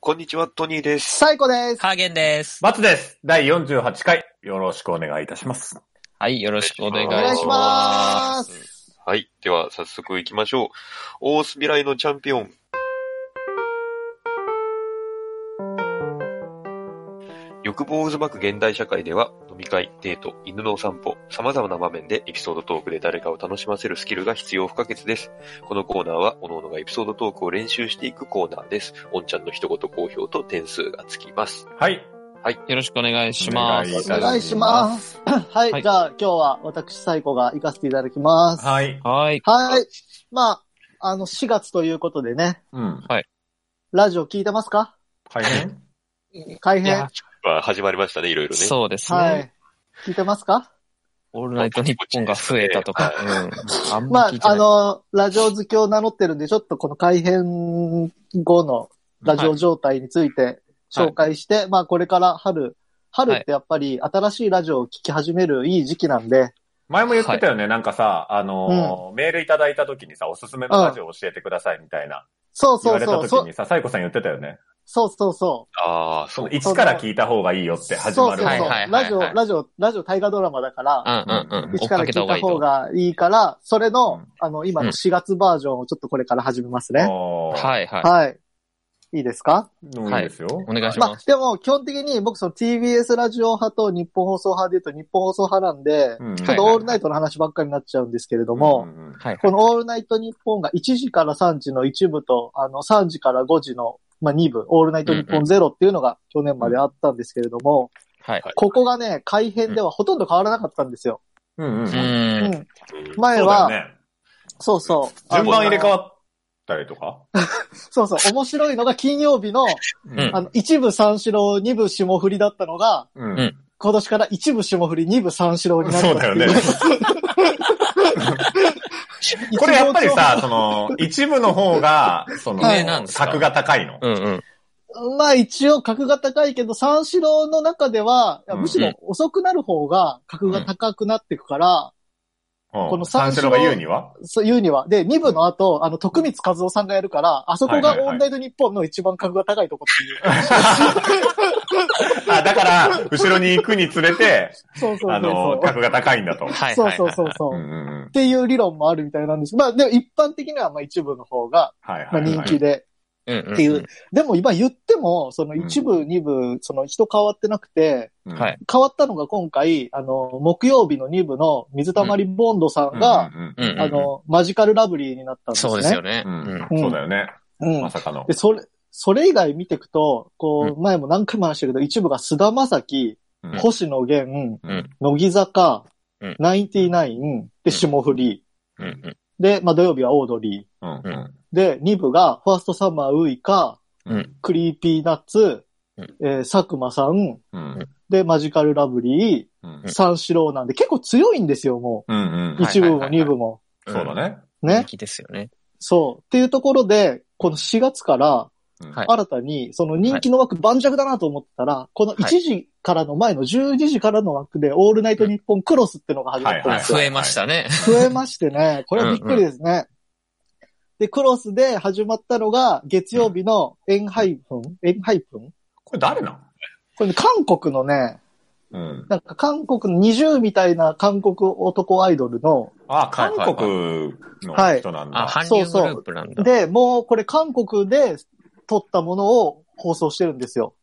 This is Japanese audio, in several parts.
こんにちは、トニーです。最高です。ハーゲンです。バツです。第48回、よろしくお願いいたします。はい、よろしくお願いおおします。願いします。はい。では、早速行きましょう。オース未来のチャンピオン。欲望を渦巻く現代社会では、飲み会、デート、犬のお散歩、様々な場面でエピソードトークで誰かを楽しませるスキルが必要不可欠です。このコーナーは、各々がエピソードトークを練習していくコーナーです。おんちゃんの一言好評と点数がつきます。はい。よろしくお願いします。おお願いします。はい、はいじゃあ今日は私最高が行かせていただきます。はい。はい。はい。まあ、あの、4月ということでね、うん。ラジオ聞いてますか大変改い編や。まあ、始まりましたね、いろいろね。そうですね、はい。聞いてますかオールナイト日本が増えたとか。うん。あんままあ聞い、てなあい。の、ラジオ好きを名乗ってるんで、ちょっとこの改編後のラジオ状態について紹介して、まあこれから春、春ってやっぱり新しいラジオを聞き始めるいい時期なんで、 前も言ってたよね、なんかさ、あのーメールいただいた時にさ、おすすめのラジオ教えてくださいみたいな、そう言そわうれたそう、そ時にさ、サイコさん言ってたよね。そうそうそう。ああ、そそのう。 1から聞いた方がいいよって始まそる。うそうはいそうはいはいはいラジオ、ラジオ、ラジオ大河ドラマだから、うんうんうん。追一っかからけ聞いたた方がいいと。方はがいいから、それの、うんあの、今うのん4月バージョンをちょっとこれから始めますね。ね。はいはい。はい。いいですかい。いいですよ。お願いしまあます。、でも基本的に僕その TBS ラジオ派と日本放送派で言うと日本放送派なんで、うんちょっとオールナイトの話ばっかりになっちゃうんですけれども、うんうんはい。このオールナイト日本が1時から3時の一部と、あの、3時から5時の、まあ、2部、オールナイト日本ゼロっていうのが去年まであったんですけれども、はい。ここがね、改編ではほとんど変わらなかったんですよ。うんうん。う。そううんん。うん前だよは、ね。そうそう。順番入れ替わっったりとか。そうそう。面白いのが金曜日の、うんあの、一部三四郎、二部霜降りだったのが、ううんん。今年から一部霜降り、二部三四郎になったそっうてだいよ ね。これやっぱり、さ、その、一部の方が、そのはい、格が高いの。うんうん。まあ一応格が高いけど、三四郎の中では、いやうんむしろ遅くなる方が格が高くなっていくから、ここの三三四四郎郎が言うには そういうには。で、二部の後、あの、徳光和夫さんがやるから、あそこがはいはいはいオンライト日本の一番格が高いとこっていう。あ、だから、後ろに行くにつれて、そうそうそうそう。あの、格が高いんだと。はい。そうそうそうそうう。んうんうんっていう理論もあるみたいなんです。まあ、でも一般的にはまあ一部の方が、はいはまあいはい。人気で。うんうん。っていう。でも今言っても、そのうん一部、二部、その人変わってなくて、うん。はい変わったのが今回、あの、木曜日の二部の水溜りボンドさんが、うんうんうん。あの、マジカルラブリーになったんですね。そうですよね。ううんうんん。うんそうだよね。うんまさかので、。それ、それ以外見ていくと、こう、う前も何回も話したけど、一部が菅田将暉、うん星野源、うん乃木坂うん、ナインティナイン、で、霜降り、うんうん。で、まあ土曜日はオードリー、うんうんで、2部が、ファーストサマーウイカ、うんクリーピーナッツ、うんえー佐久間さん、うんで、マジカルラブリー、うん三四郎なんで、結構強いんですよ、もうんうう。ん。はい一部はもいはい二部も。そうだね。人ね。気ですよね。そう。っていうところで、この4月から、うんはい新たに、その人気の枠盤石だなと思ったら、この1時からの前の12時からの枠で、オールナイト日本クロスってのが始まったんはでいすよ増。えましたね。増えましてね、これはびっくりですね。で、クロスで始まったのが、月曜日のエンハイプン、エンハイプンこれ誰なこれ、ね、韓国のね、のうん。なんか韓国の20みたいな韓国男アイドルの、あ、韓国の人なんあ、だ。韓流グループなんだ。で、もうこれ韓国で撮ったものを放送してるんですよ。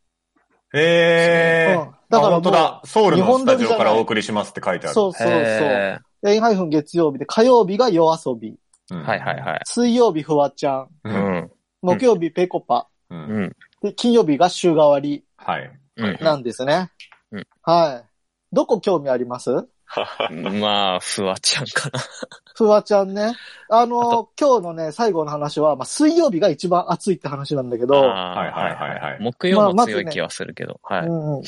うん、へえ。だからあ本当だ。ソウル日の本撮スタりじジゃないオからお送りしますって書いてある。そうそうそう。エへンハイフン月曜日で、火曜日が夜遊び、うん。ーはいはいはい。水曜日フワちゃん、う。うんん。木曜日ペコパ、うんうん。で金曜日が週替わりはい。うん。 なんですね。うんはい。どこ興味ありますまあ、フワちゃんかな。フワちゃんね。あのあ今日のね、最後の話は、まあ、水曜日が一番暑いって話なんだけど、はいはいあーはいはい。木曜も強い気はするけど。はい。うんうん、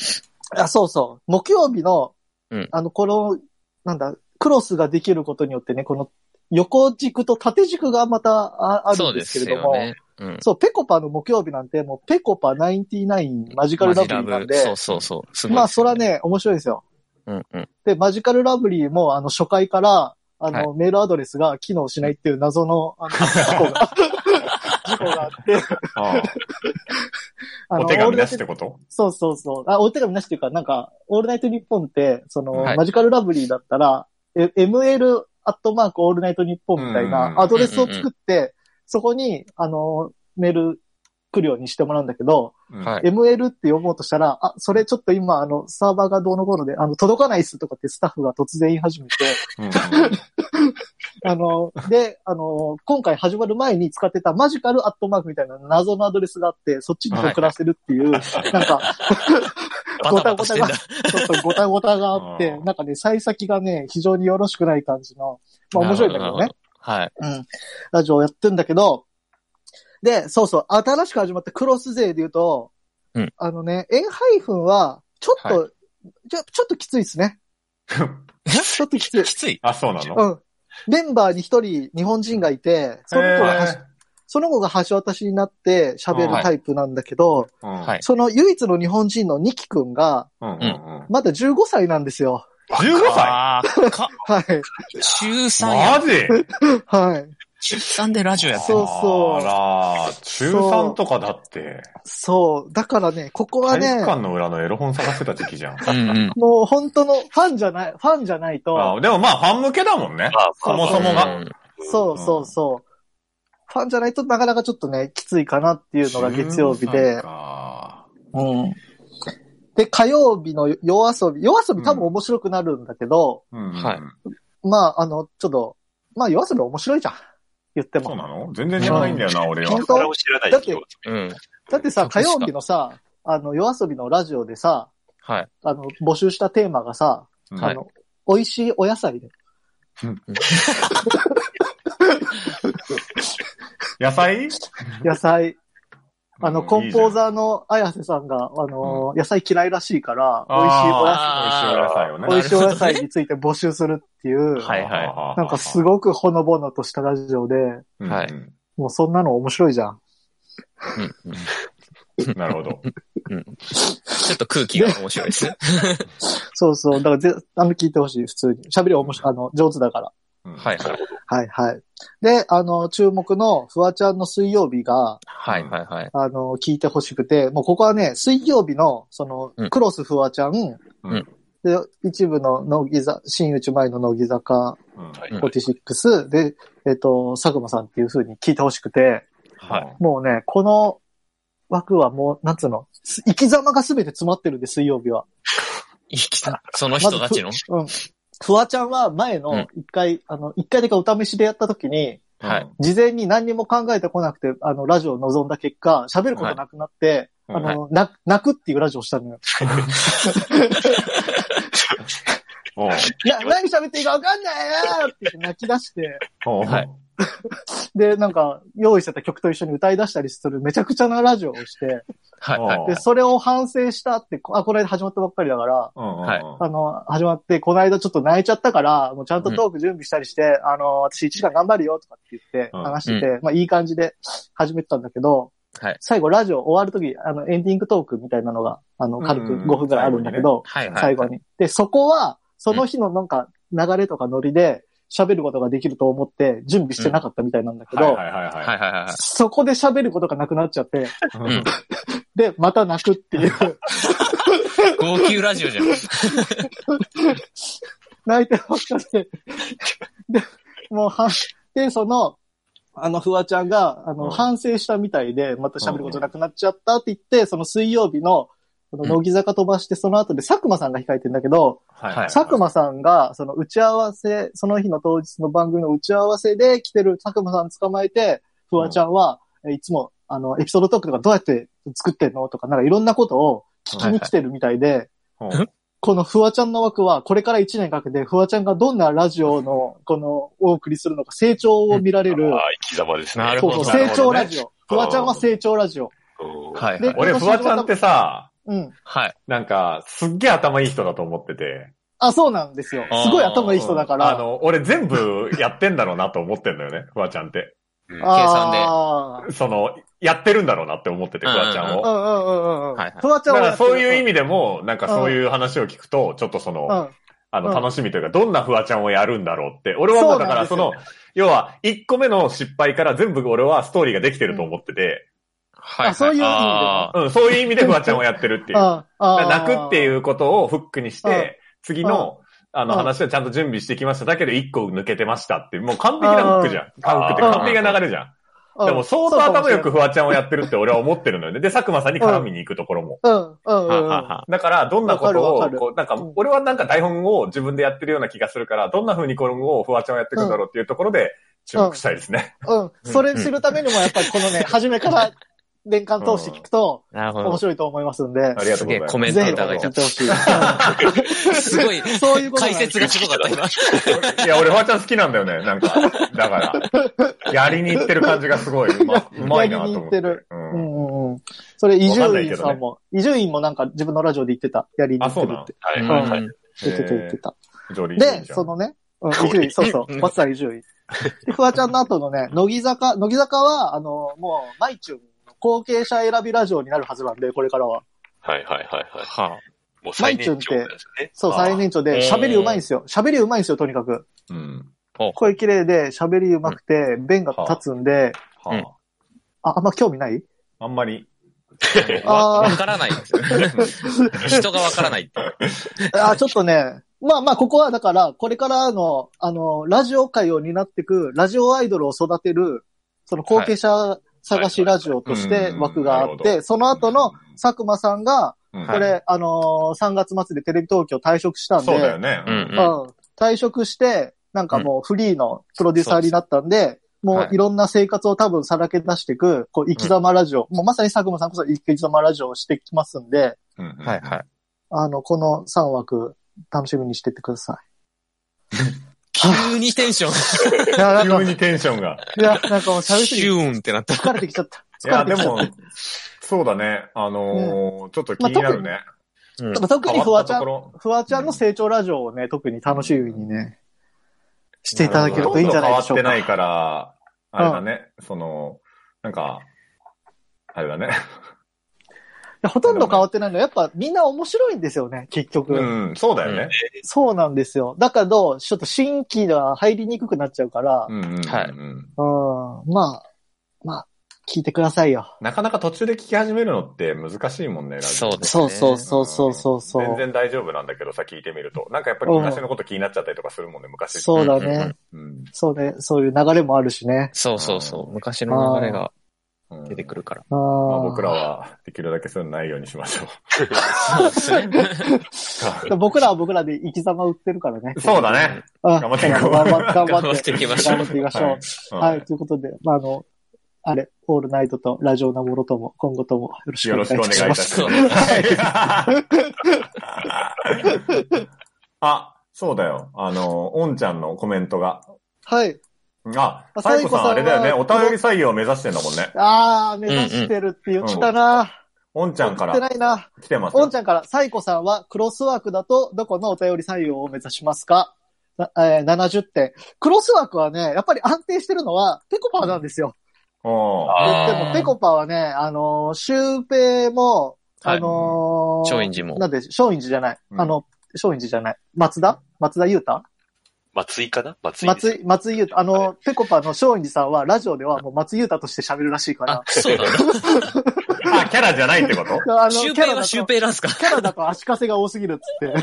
あそうそう。木曜日の、うんあの、この、なんだ、クロスができることによってね、この横軸と縦軸がまたああるそうんでですすけれどよも、ね。うん。そう、ペコパの木曜日なんて、もうペコパ99マジカルラブリーなんそでう、そうそう。すごいですねまあ、それは。ね、面白いですよ。うんうん。で、マジカルラブリーも、あの、初回から、あの、メールアドレスが機能しないっていう 謎の、あの、事故が、事故があって、あああお手紙なしってことそうそうそう。あ、お手紙なしっていうか、なんか、オールナイトニッポンって、その、はいマジカルラブリーだったら、え ML アットマークオールナイトニッポンみたいうんなアドレスを作って、そこに、あの、メール来るようにしてもらうんだけど、うんはい ML って読もうとしたら、あ、それちょっと今、あの、サーバーがどうのこうので、あの、届かないっすとかってスタッフが突然言い始めて、うんうんあの、で、あの、今回始まる前に使ってたマジカルアットマークみたいな謎のアドレスがあって、そっちに送らせるっていう、なんか、バタバタしてんだ。ちょっとごたごたがあってう、んなんかね、幸先がね、非常によろしくない感じの、まあ面白いんだけどなねるほ。はい。うん。ラジオをやってんだけど、で、そうそう、新しく始まったクロス勢で言うと、うんあのね、エンハイフンは、ちょっと、ちょ、ちょっときついです ね。ちょっときつい。きつい。あ、そうなのうん。メンバーに一人日本人がいて、その子がはし、その子が橋渡しになって喋るタイプなんだけど、は。はいい。その唯一の日本人のニキ君が、うんうんうんまだ15歳なんですよ。 15歳あーか、はい。中3や。マジはい。中3でラジオやってるそうそうあら、中3とかだって、そう。だからね、ここは体ね育、館の裏のエロ本探してた時期じゃん。うんうん。もう本当のファンじゃない、ファンじゃないと、あでもまあ、ファン向けだもんね。あそもそもが。そうそうそう。ファンじゃないとなかなかちょっとね、きついかなっていうのが月曜日15で歳。かうん。で、火曜日の夜遊び、夜遊び多分面白くなるんだけど、うんうん。はいまあ、あの、ちょっと、まあ夜遊び面白いじゃん。言ってそも。うなの全然知らないんだよな、俺は本。それ当を知らないだってようん。だってさ、そ火うですか曜日のさ、あの、夜遊びのラジオでさ、はい。あの、募集したテーマがさ、うんはあいの、美味しいお野菜で。野菜野菜。 あの、コンポーー。ザーの綾瀬さんが、あの、野菜嫌いらしいから、美味しいお野菜、あー美味しいお野菜をね。ー美味しいお野菜について募集するっていう、はいはなんかすごくほのぼのとしたラジオで、いはいもうそんなの面白いじゃん。うんうんなるほど。ちょっと空気が面白い です。そうそう。だからぜ、あの、聞いてほしい、普通に。喋りは面白い、あの、上手だから。はいい。はい。はいはい。で、あの、注目のフワちゃんの水曜日が、はいはいはい。あの、聞いてほしくて、もうここはね、水曜日の、そのう、んクロスフワちゃん、うんで、一部の乃木坂、新内前の乃木坂うんはいうん46、で、えっ、と、佐久間さんっていう風に聞いてほしくて、はいもうね、この枠はもう、なんつうの、す生き様が全て詰まってるんで、水曜日は。生きた。その人たちのうん。フワちゃんは前うのん一回、あの、一回だけお試しでやった時に、はい。事前に何にも考えてこなくて、あの、ラジオを望んだ結果、喋ることなくなって、はいあの、な泣くっていうラジオをしたのよ。おういや、何喋っていいかわかんないよって言って泣き出して、おうはいで、なんか、用意してた曲と一緒に歌い出したりするめちゃくちゃなラジオをして、はいはい。で、それを反省したって、こあ、この間始まったばっかりだから、うんうんうんはいあの、始まって、この間ちょっと泣いちゃったから、もうちゃんとトーク準備したりして、あの、私1時間頑張るよとかって言ってうん話してて、まあいい感じで始めてたんだけど、はい最後ラジオ終わるとき、あの、エンディングトークみたいなのが、あの、軽くうんうん5分くらいあるんだけど、はいはい。最後に。で、そこは、その日のなんか流れとかノリで喋ることができると思って準備してなかったみたいなんだけはいどは、いはいははいはいはい。そこで喋ることがなくなっちゃって、い。んで、また泣くっていう、 号泣ラジオじゃん。泣いて ばっかりで、で、もうは、で、その、あの、フワちゃんが、あの、うん反省したみたいで、また喋ることなくなっちゃったって言って、その水曜日の、この乃木坂飛ばして、その後で佐久間さんが控えてんだけど、はいはい佐久間さんが、その打ち合わせ、その日の当日の番組の打ち合わせで来てる佐久間さん捕まえて、フワちゃんは、えいつも、あの、エピソードトークとかどうやって作ってんのとか、なんかいろんなことを聞きに来てるみたいで、うんこのフワちゃんの枠は、これから1年かけて、フワちゃんがどんなラジオの、この、お送りするのか、成長を見られる、ああ、生き様ですね。なるそほうそどう、なる成ほ長どラね。ジオ。フワちゃんは成長ラジオ。うんはいではい。俺、フワちゃんってさ、うん。はい。なんか、すっげえ頭いい人だと思ってて。あ、そうなんですよ。すごい頭いい人だかうんら。あの、俺全部やってんだろうなと思ってんだよね、フワちゃんって。うんああーその、やってるんだろうなって思ってて、うんフうんうんワちゃんうを。んうんうんうんうん。はいはいフワちゃだんかはらそういう意味。味でも、なんかそういう話を聞くと、ちょっとそうの、ん。あの、うん楽しみというか、どんなフワちゃんをやるんだろうって。俺はもうだから、そそうなんの、要は、1個目の失敗から全部俺はストーリーができてると思ってて、はい。あそういう意味でもあうん、そういう意味でフワちゃんをやってるって いう。ああ泣くっていうことをフックにしあーて、次の、あのあー話はちゃんと準備してきました。だけど一個抜けてましたって、もう完璧なフックじゃん。フックって完璧な流れじゃん。でも相当頭よくフワちゃんをやってるって俺は思ってるのよね。で、佐久間さんに絡みに行くところも。うん、うん、ーうはあん。はあはあだから、どんなことわをかるわかる、こう、なんかうん、俺はなんか台本を自分でやってるような気がするから、どんな風にこれをフワちゃんをやっていくんだろうっていうところで、注目したいですね。うん。それ知るためにも、やっぱりこのね、初めから年間通して聞くと、なるほ面ど。白いと思いますんであ、りがとすうげえございます。コメンぜテひまータたーがい聞いた。てほしい。うんすごい、そういうことなん解です説がすごかった、今。いや、俺フワちゃん好きなんだよね、なんか。だから、やりに行ってる感じがすごい、うまうまいなと思って。やりに行ってるうんうんうんうん。それ、伊わかん集ないけ院どねさんも、伊集院もなんか自分のラジオで言ってた。やりに行あ、ってそうるなのって。はうい、んはい、はい。言ってた言ってた。ジョリージョリーで、じゃんそのね、うん、伊集院、そうそううん、松田伊集院。でフワちゃんの後のね、乃木坂、乃木坂は、あの、もう、マイチュンの後継者選びラジオになるはずなんで、これからは。はい、はい、はい。はもう最年長なんですよね。そう、あー最年長で、えー喋りうまいんですよ。喋りうまいんですよ、とにかく。うん。声綺麗で、喋りうまくて、弁が立つんで、はあうんあ、あんま興味ないあんまり。あ。わわからないですよね。人がわからないっていう。あ、ちょっとね、まあまあ、ここはだから、これからの、あの、ラジオ界を担ってく、ラジオアイドルを育てる、その後継者探しラジオとしはいはいてはい枠があっうんなるほて、その後の佐久間さんが、うん、これ、あのー、3月末でテレビ東京退職したんで、そうだよね。うんううんん退職して、なんかもうフリーのプロデューサーになったんで、もういろんな生活を多分さらけ出していく、こう、生き様ラジオ、もうまさに佐久間さんこそ生き様ラジオをしてきますんで、うん。はいはい。あの、この3枠、楽しみにしてってくださ急にテンション、 い。いや、なんか、急いにテンションが。や、なんかもう喋りすシぎてューンってなった。疲れてきちゃった。いや、疲れでてきちゃっも、そうだね。あのーちょっと気になるね。うんた。特に変フわワっちたゃとこん、ろ。フワちゃんの成長ラジオをね、特に楽しみにね、していただけるといいんじゃないでしょうか。ほとんど変わってないから、あれだね。その、なんか、あれだね。いやほとんど変わってないの。やっぱみんな面白いんですよね、結局。うん、そうだよね。そうなんですよ。だけど、ちょっと新規が入りにくくなっちゃうから、うん、うん。はいうんうん、まあ、まあ、聞いてくださいよ。なかなか途中で聞き始めるのって難しいもんね、ラジオそうですね。そうそうそうそうそうそう。全然大丈夫なんだけどさ、聞いてみると。なんかやっぱり昔のこと気になっちゃったりとかするもんね、昔って。そうだうんうんうねん。うん。そうね。そういう流れもあるしね。そうそうそう。昔の流れが出てくるから。あーまあ、僕らはできるだけそういうのないようにしましょう。そうですね。 僕らは僕らで生き様を売ってるからね。そうだね。頑頑張ってい頑こう張頑頑張張っってて。いきましょ頑張う。っていきましょう。ははいい。。ということで、まあ、あの、あれ、オールナイトとラジオナモロとも、今後ともよろしくよお願ろいしくお願いいしたま。しますす。 あ、そうだよ。あの、おんちゃんのコメントが。はい。ああ、サイコさんあれだよね。サイおコさんは便り採用を目指してんだもんね。あー、目指してるって言ってたな。おんちゃんか言っらてないな。来てますよ。おんちゃんから、サイコさんはクロスワークだとどこのお便り採用を目指しますかなえー、70点。クロスワークはね、やっぱり安定してるのは、ペコパなんですよ。おー言ってあも、ペコパはね、あのー、シュウペイも、はいあのー松陰寺もなんで、松陰寺じゃない。うんあの、松陰寺じゃない。松田松田優太松井かな松井です。松井、松井優太。あのー、ペコパの松陰寺さんは、ラジオではもう松井優太として喋るらしいかあら、。そうなあ、キャラじゃないっ てことあのの。シュウキャペイラはだシュウと、ペイなんすかキャラだと足かせが多すぎるっつって。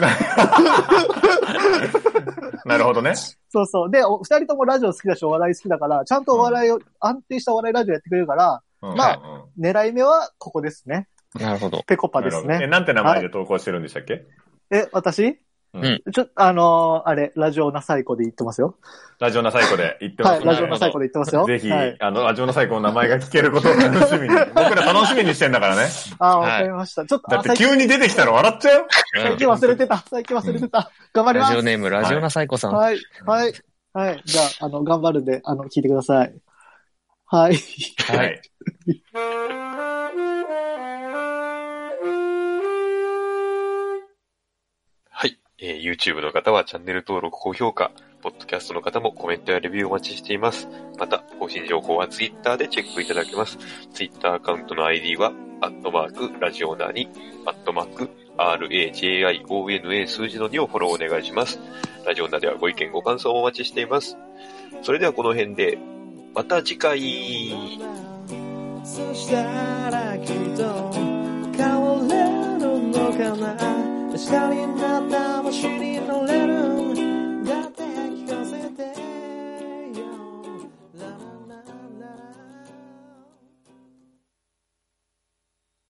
なるほどね。そうそう。で、お二人ともラジオ好きだし、お笑い好きだから、ちゃんとお笑いを、安定したお笑いラジオやってくれるから、うんまあうん狙い目はここですね。なるほど。ペコパでなするほどえ、ね。なんて名前で投稿してるんでしたっけえ、私うんちょ、あのーあれ、ラジオなサイコで言ってますよ。ラジオなサイコで言ってまはすい、ね。ラジオなサイコで言ってますよ。ぜひ、はい、あの、ラジオの最高の名前が聞けることを楽しみに。僕ら楽しみにしてんだからね。あー、はいわかりました。ちょっと、だあっ最て近、急に出てきたら笑っちゃうよ。最近忘れてた。最近忘れてた。頑張りまラジオす。ネーム、ラジオナサイコさん。ははい、はい、はい。じゃあ、あの、頑張るんで、あの、聞いてください。はい。い。。はい。えー YouTube の方はチャンネル登録、高評価、Podcast の方もコメントやレビューお待ちしています。また、更新情報は Twitter でチェックいただけます。Twitter アカウントの ID は、アットマーク、ラジオナーに、アットマーク、RAJIONA 数字の2をフォローお願いします。ラジオナーではご意見、ご感想をお待ちしています。それではこの辺で、また次回。 「そしたらきっと変われるのかな明日になったもしに